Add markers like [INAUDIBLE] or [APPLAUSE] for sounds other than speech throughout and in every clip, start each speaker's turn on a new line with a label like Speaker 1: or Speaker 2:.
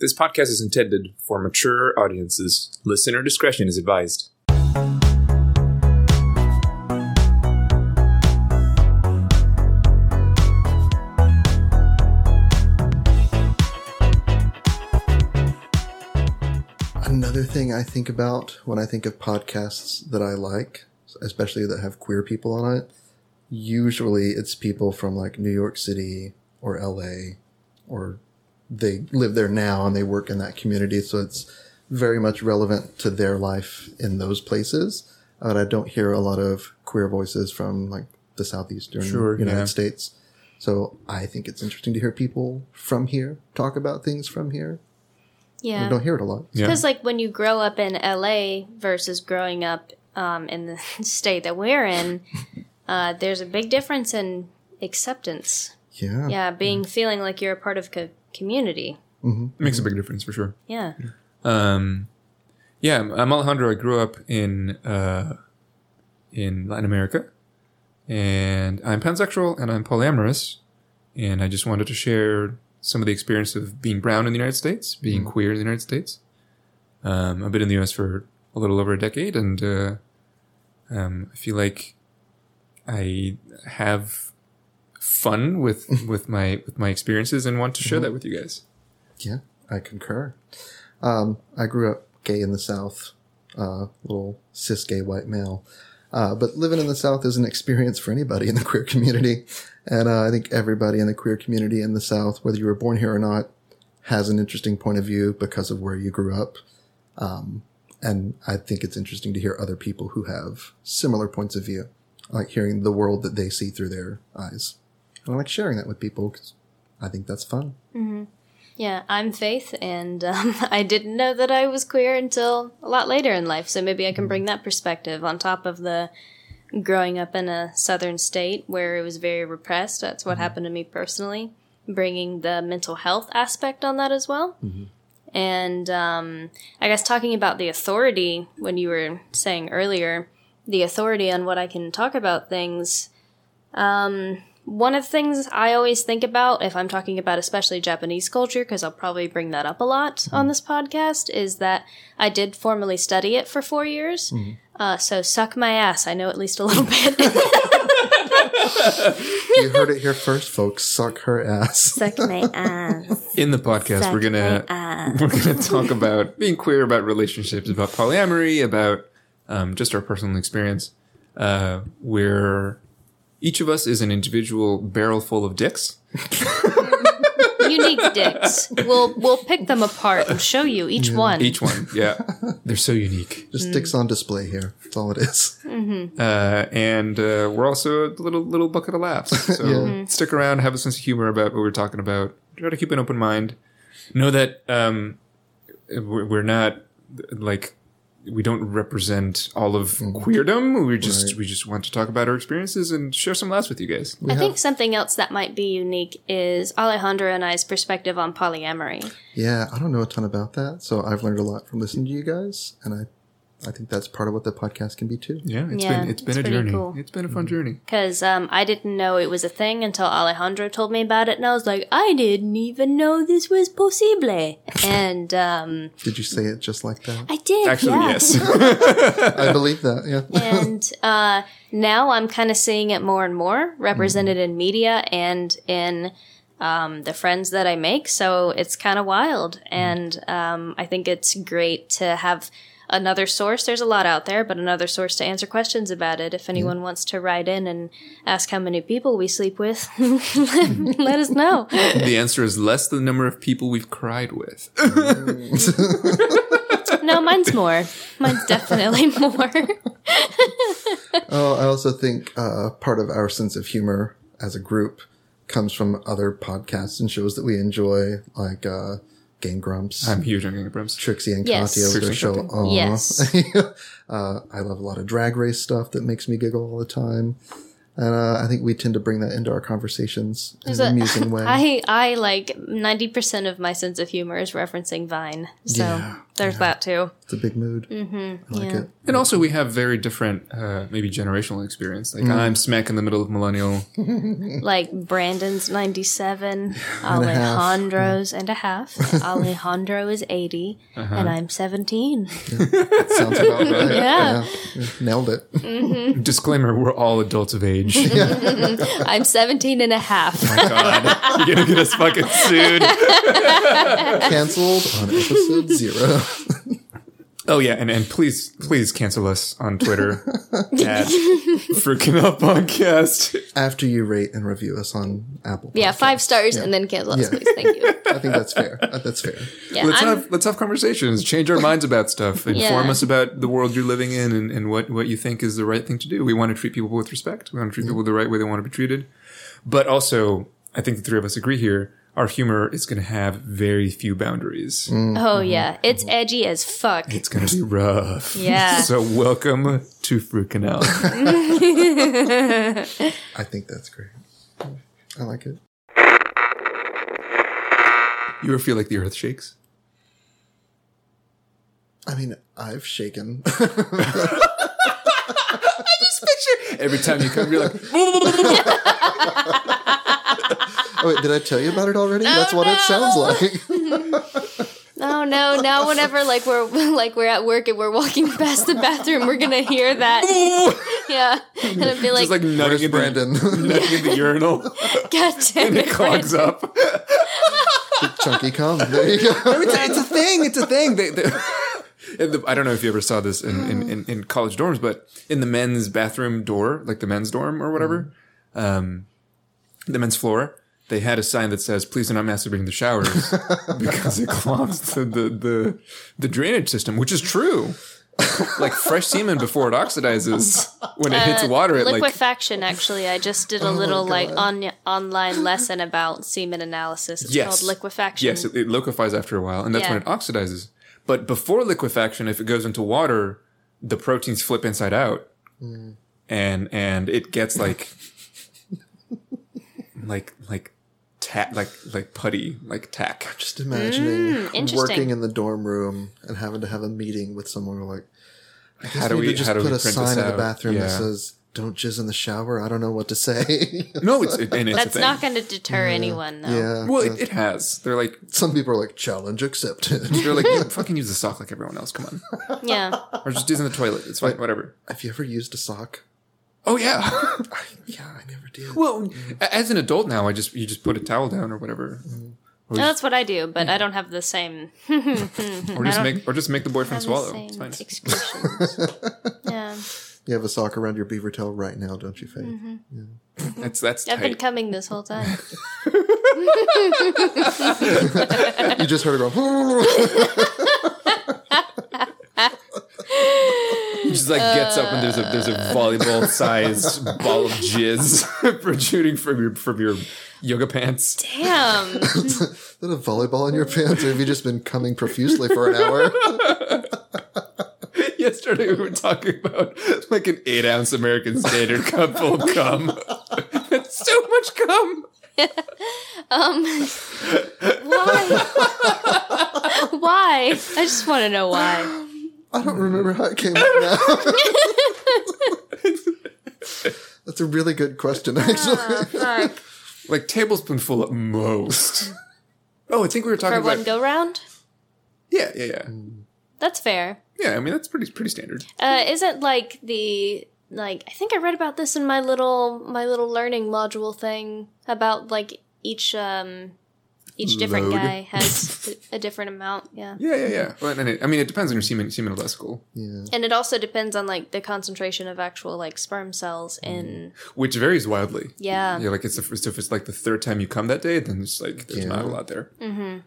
Speaker 1: This podcast is intended for mature audiences. Listener discretion is advised.
Speaker 2: Another thing I think about when I think of podcasts that I like, especially that have queer people on it, usually it's people from like New York City or LA or they live there now and they work in that community. So it's very much relevant to their life in those places. But I don't hear a lot of queer voices from like the Southeastern
Speaker 1: Sure,
Speaker 2: United
Speaker 1: yeah.
Speaker 2: States. So I think it's interesting to hear people from here talk about things from here. I
Speaker 3: Yeah.
Speaker 2: don't hear it a lot.
Speaker 3: Because, like, when you grow up in LA versus growing up um, in the [LAUGHS] state that we're [LAUGHS] in, uh, there's a big difference in acceptance.
Speaker 2: Yeah.
Speaker 3: Yeah, being feeling like you're a part of a community.
Speaker 1: makes a big difference for sure.
Speaker 3: Yeah.
Speaker 1: Um, yeah, I'm Alejandro. I grew up in uh, in Latin America, and I'm pansexual and I'm polyamorous, and I just wanted to share some of the experience of being brown in the United States, being queer in the United States. Um, I've been in the U.S. for a little over a decade, and uh, um, I feel like I have fun with with my with my experiences and want to share that with you guys.
Speaker 2: Yeah, I concur. Um, I grew up gay in the South, uh, little cis gay white male. Uh, but living in the South is an experience for anybody in the queer community. And uh, I think everybody in the queer community in the South, whether you were born here or not, has an interesting point of view because of where you grew up. Um, and I think it's interesting to hear other people who have similar points of view, I like hearing the world that they see through their eyes. And I like sharing that with people 'cause I think that's fun.
Speaker 3: Yeah, I'm Faith, and um, [LAUGHS] I didn't know that I was queer until a lot later in life, so maybe I can bring that perspective on top of the growing up in a southern state where it was very repressed. That's what happened to me personally, bringing the mental health aspect on that as well. And um, I guess talking about the authority, when you were saying earlier, the authority on what I can talk about things. Um, one of the things I always think about, if I'm talking about especially Japanese culture, because I'll probably bring that up a lot on this podcast, is that I did formally study it for four years. Uh, so suck my ass. I know at least a little bit. [LAUGHS]
Speaker 2: you heard it here first, folks. Suck her ass. [LAUGHS]
Speaker 3: suck my ass.
Speaker 1: in the podcast we're gonna [LAUGHS] we're gonna talk about being queer about relationships about polyamory about um, just our personal experience uh, where each of us is an individual barrel full of dicks
Speaker 3: Unique dicks. We'll we'll pick them apart and show you each one.
Speaker 1: each one yeah they're so unique
Speaker 2: Just sticks on display here. That's all it is.
Speaker 1: uh, and uh, we're also a little little bucket of [LAUGHS] laughs so
Speaker 3: Mm-hmm.
Speaker 1: stick around have a sense of humor about what we're talking about try to keep an open mind know that um, we're we're not like we don't represent all of queerdom. We just we just want to talk about our experiences and share some laughs with you guys.
Speaker 3: I think something else that might be unique is Alejandro and I's perspective on polyamory.
Speaker 2: Yeah, I don't know a ton about that, so I've learned a lot from listening to you guys, and I, I think that's part of what the podcast can be too.
Speaker 1: Yeah, it's
Speaker 3: Yeah,
Speaker 1: been it's been
Speaker 3: it's pretty
Speaker 1: a journey.
Speaker 3: cool.
Speaker 1: It's been a fun journey.
Speaker 3: Because um, I didn't know it was a thing until Alejandro told me about it, and I was like, I didn't even know this was possible. And um,
Speaker 2: Did you say it just like that?
Speaker 3: I did.
Speaker 1: Actually,
Speaker 3: yeah.
Speaker 1: yes.
Speaker 2: I believe that. Yeah.
Speaker 3: [LAUGHS] and uh, now I'm kind of seeing it more and more represented
Speaker 1: Mm-hmm.
Speaker 3: in media and in um, the friends that I make. So it's kind of wild.
Speaker 1: Mm-hmm.
Speaker 3: And um, I think it's great to have another source. There's a lot out there, but another source to answer questions about it.
Speaker 1: Mm-hmm.
Speaker 3: If anyone wants to write in and ask how many people we sleep
Speaker 1: [LAUGHS]
Speaker 3: with, [LAUGHS] let us know.
Speaker 1: the answer is less than the number of people we've cried with.
Speaker 3: No, mine's more. Mine's definitely [LAUGHS] more.
Speaker 2: Oh, I also think uh, part of our sense of humor as a group comes from other podcasts and shows that we enjoy, like uh, Game Grumps.
Speaker 1: [LAUGHS] [LAUGHS] I'm huge on Game of Thrones.
Speaker 2: Trixie and
Speaker 3: Yes.
Speaker 2: Katya with
Speaker 1: Trixie
Speaker 2: their
Speaker 1: and
Speaker 2: show.
Speaker 1: Katya.
Speaker 2: Aw.
Speaker 3: Yes.
Speaker 2: [LAUGHS] uh, I love a lot of drag race stuff that makes me giggle all the time. And uh, I think we tend to bring that into our conversations in an
Speaker 3: a- [LAUGHS]
Speaker 2: amusing way.
Speaker 3: I I like ninety percent of my sense of humor is referencing Vine. So
Speaker 2: Yeah.
Speaker 3: There's that too.
Speaker 2: It's a big mood. I like
Speaker 3: Mm-hmm. yeah.
Speaker 2: it.
Speaker 1: And also, we have very different, uh, maybe generational experience. Like I'm smack in the middle of millennial. [LAUGHS]
Speaker 3: Like
Speaker 2: [LAUGHS]
Speaker 3: Brandon's 97,
Speaker 2: a half.
Speaker 3: Alejandro's and a half. Alejandro is 80,
Speaker 2: Uh-huh.
Speaker 3: and
Speaker 2: [LAUGHS]
Speaker 3: I'm 17.
Speaker 2: Sounds
Speaker 1: [LAUGHS]
Speaker 2: about right.
Speaker 3: Yeah.
Speaker 2: Yeah. Nailed it.
Speaker 3: [LAUGHS]
Speaker 1: Disclaimer: We're all adults of age. [LAUGHS]
Speaker 3: I'm 17 and
Speaker 2: [LAUGHS]
Speaker 3: a half.
Speaker 1: God, you're gonna get us fucking sued.
Speaker 2: Cancelled on episode zero.
Speaker 1: Oh yeah, and, and please please cancel us on Twitter at freaking up podcast.
Speaker 2: After you rate and review us on Apple.
Speaker 3: Yeah,
Speaker 2: Podcasts.
Speaker 3: five stars and then cancel us,
Speaker 2: Yeah.
Speaker 3: please.
Speaker 2: [LAUGHS]
Speaker 3: Thank you.
Speaker 2: I think that's fair. Uh, That's fair.
Speaker 3: Yeah,
Speaker 1: Let's
Speaker 3: I'm,
Speaker 1: have let's have conversations. Change our minds about stuff.
Speaker 3: [LAUGHS]
Speaker 1: Inform
Speaker 3: Yeah.
Speaker 1: us about the world you're living in and, and what, what you think is the right thing to do. We want to treat people with respect. We want to treat people the right way they want to be treated. But also, I think the three of us agree here, our humor is gonna have very few boundaries.
Speaker 3: oh,
Speaker 2: Mm-hmm.
Speaker 3: yeah. It's edgy as fuck.
Speaker 1: It's gonna be rough.
Speaker 3: Yeah.
Speaker 1: [LAUGHS] So welcome to freaking
Speaker 3: [LAUGHS]
Speaker 1: out.
Speaker 2: I think that's great. I like it.
Speaker 1: you ever feel like the earth shakes?
Speaker 2: I mean, I've shaken. [LAUGHS] Oh,
Speaker 1: Every time you come, you're like,
Speaker 2: oh, wait, did I tell you about it already? that's what it sounds like.
Speaker 3: Oh no! Now whenever like we're [LAUGHS] like we're at work and we're walking past the bathroom, we're gonna hear
Speaker 2: [LAUGHS]
Speaker 3: that. [LAUGHS] Yeah, and it'd be like,
Speaker 1: just like nutting
Speaker 2: Where's
Speaker 1: in the
Speaker 2: Brandon?
Speaker 1: [LAUGHS] nutting in the
Speaker 3: [LAUGHS]
Speaker 1: urinal
Speaker 3: God damn
Speaker 1: and it
Speaker 3: it!
Speaker 1: clogs up.
Speaker 2: Chunky cum. There you go.
Speaker 1: It's a, it's a thing. It's a thing. They, they, [LAUGHS] and the, I don't know if you ever saw this in, in, in, in college dorms, but in the men's bathroom door, like the men's dorm or whatever, um, the men's floor, they had a sign that says, please do not masturbate in the [LAUGHS] showers because it clogs the, the, the, the drainage system, which is true. like fresh semen before it oxidizes when it
Speaker 3: Uh,
Speaker 1: hits water, it like
Speaker 3: Liquefaction. Actually, I just
Speaker 2: Oh,
Speaker 3: did a little like on online lesson about semen analysis. It's
Speaker 1: Yes.
Speaker 3: called liquefaction.
Speaker 1: Yes, it, it liquefies after a while, and that's
Speaker 3: Yeah.
Speaker 1: when it oxidizes. But before liquefaction, if it goes into water, the proteins flip inside out,
Speaker 2: Hmm.
Speaker 1: and and it gets like, like like ta- like like putty, like tack.
Speaker 2: [LAUGHS] Just imagining
Speaker 3: interesting.
Speaker 2: working in the dorm room and having to have a meeting with someone where like, I guess
Speaker 1: How do
Speaker 2: we
Speaker 1: we-
Speaker 2: could just
Speaker 1: how do
Speaker 2: put
Speaker 1: we
Speaker 2: a
Speaker 1: print
Speaker 2: sign
Speaker 1: this
Speaker 2: in the
Speaker 1: out?
Speaker 2: bathroom that
Speaker 1: Yeah.
Speaker 2: says, don't jizz in the shower. I don't know what to say. [LAUGHS]
Speaker 1: No, it's it, and it's a
Speaker 3: That's
Speaker 1: thing.
Speaker 3: not going to deter anyone though.
Speaker 2: yeah.
Speaker 1: well, it, it has. They're like
Speaker 2: Some people are like, challenge accepted. [LAUGHS]
Speaker 1: they're like "You fucking use the sock like everyone else. Come on,
Speaker 3: Yeah.
Speaker 1: or just use it in the toilet. It's fine, whatever.
Speaker 2: have you ever used a sock?
Speaker 1: Oh yeah.
Speaker 2: Yeah, [LAUGHS] I never did. Mm.
Speaker 1: well, a- as an adult now, I just you just put a towel down or whatever.
Speaker 3: No, that's what I do, but I don't have the same,
Speaker 1: Or just make or just make the boyfriend
Speaker 3: the
Speaker 1: swallow.
Speaker 3: same
Speaker 1: It's fine.
Speaker 2: [LAUGHS]
Speaker 3: excretions. yeah,
Speaker 2: You have a sock around your beaver tail right now, don't you, Faye?
Speaker 1: That's that's
Speaker 3: I've been
Speaker 1: tight.
Speaker 3: coming this whole
Speaker 1: [LAUGHS]
Speaker 3: time.
Speaker 2: You just heard her go. [LAUGHS]
Speaker 1: She just like gets up and there's a there's a
Speaker 3: uh, [LAUGHS]
Speaker 1: volleyball sized ball of jizz [LAUGHS] protruding from your from your yoga pants.
Speaker 3: Damn.
Speaker 2: Is that a volleyball in your pants, or have you just been coming profusely for an hour?
Speaker 1: Yesterday we were talking about like an eight ounce American Standard cup full
Speaker 3: [LAUGHS]
Speaker 1: of cum. That's so much cum. [LAUGHS]
Speaker 3: Why? why? I just want to know why.
Speaker 2: I don't remember how it came up now. [LAUGHS] That's a really good question, actually.
Speaker 1: Like tablespoonful at most. Oh, I think we were talking
Speaker 3: For
Speaker 1: about
Speaker 3: one go round?
Speaker 1: yeah yeah yeah
Speaker 3: That's fair.
Speaker 1: yeah. I mean that's pretty pretty standard.
Speaker 3: Uh, isn't like the like I think I read about this in my little my little learning module thing about like each um each different
Speaker 1: Load.
Speaker 3: guy has a different amount, yeah.
Speaker 1: Yeah yeah yeah. Well, and it, I mean it depends on your semen seminal
Speaker 2: Yeah.
Speaker 3: And it also depends on like the concentration of actual like sperm cells in
Speaker 1: which varies wildly.
Speaker 3: yeah.
Speaker 1: Yeah, like it's the first, if it's like the third time you come that day, then it's like there's
Speaker 2: Yeah.
Speaker 1: not a lot there.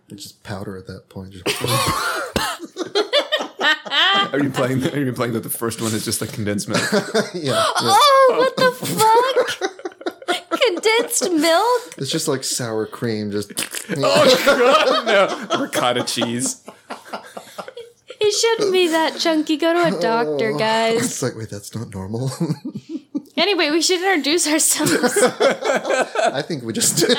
Speaker 2: It's just powder at that point. Just- [LAUGHS]
Speaker 1: Are you playing? Are you playing that the first one is just like condensed milk?
Speaker 2: yeah, yeah.
Speaker 3: Oh, what the fuck? Condensed milk?
Speaker 2: It's just like sour cream. Just
Speaker 1: oh god, no! Ricotta cheese.
Speaker 3: It shouldn't be that chunky. Go to a doctor, guys.
Speaker 2: it's like, wait, that's not normal. [LAUGHS]
Speaker 3: Anyway, we should introduce ourselves.
Speaker 2: I think we just did.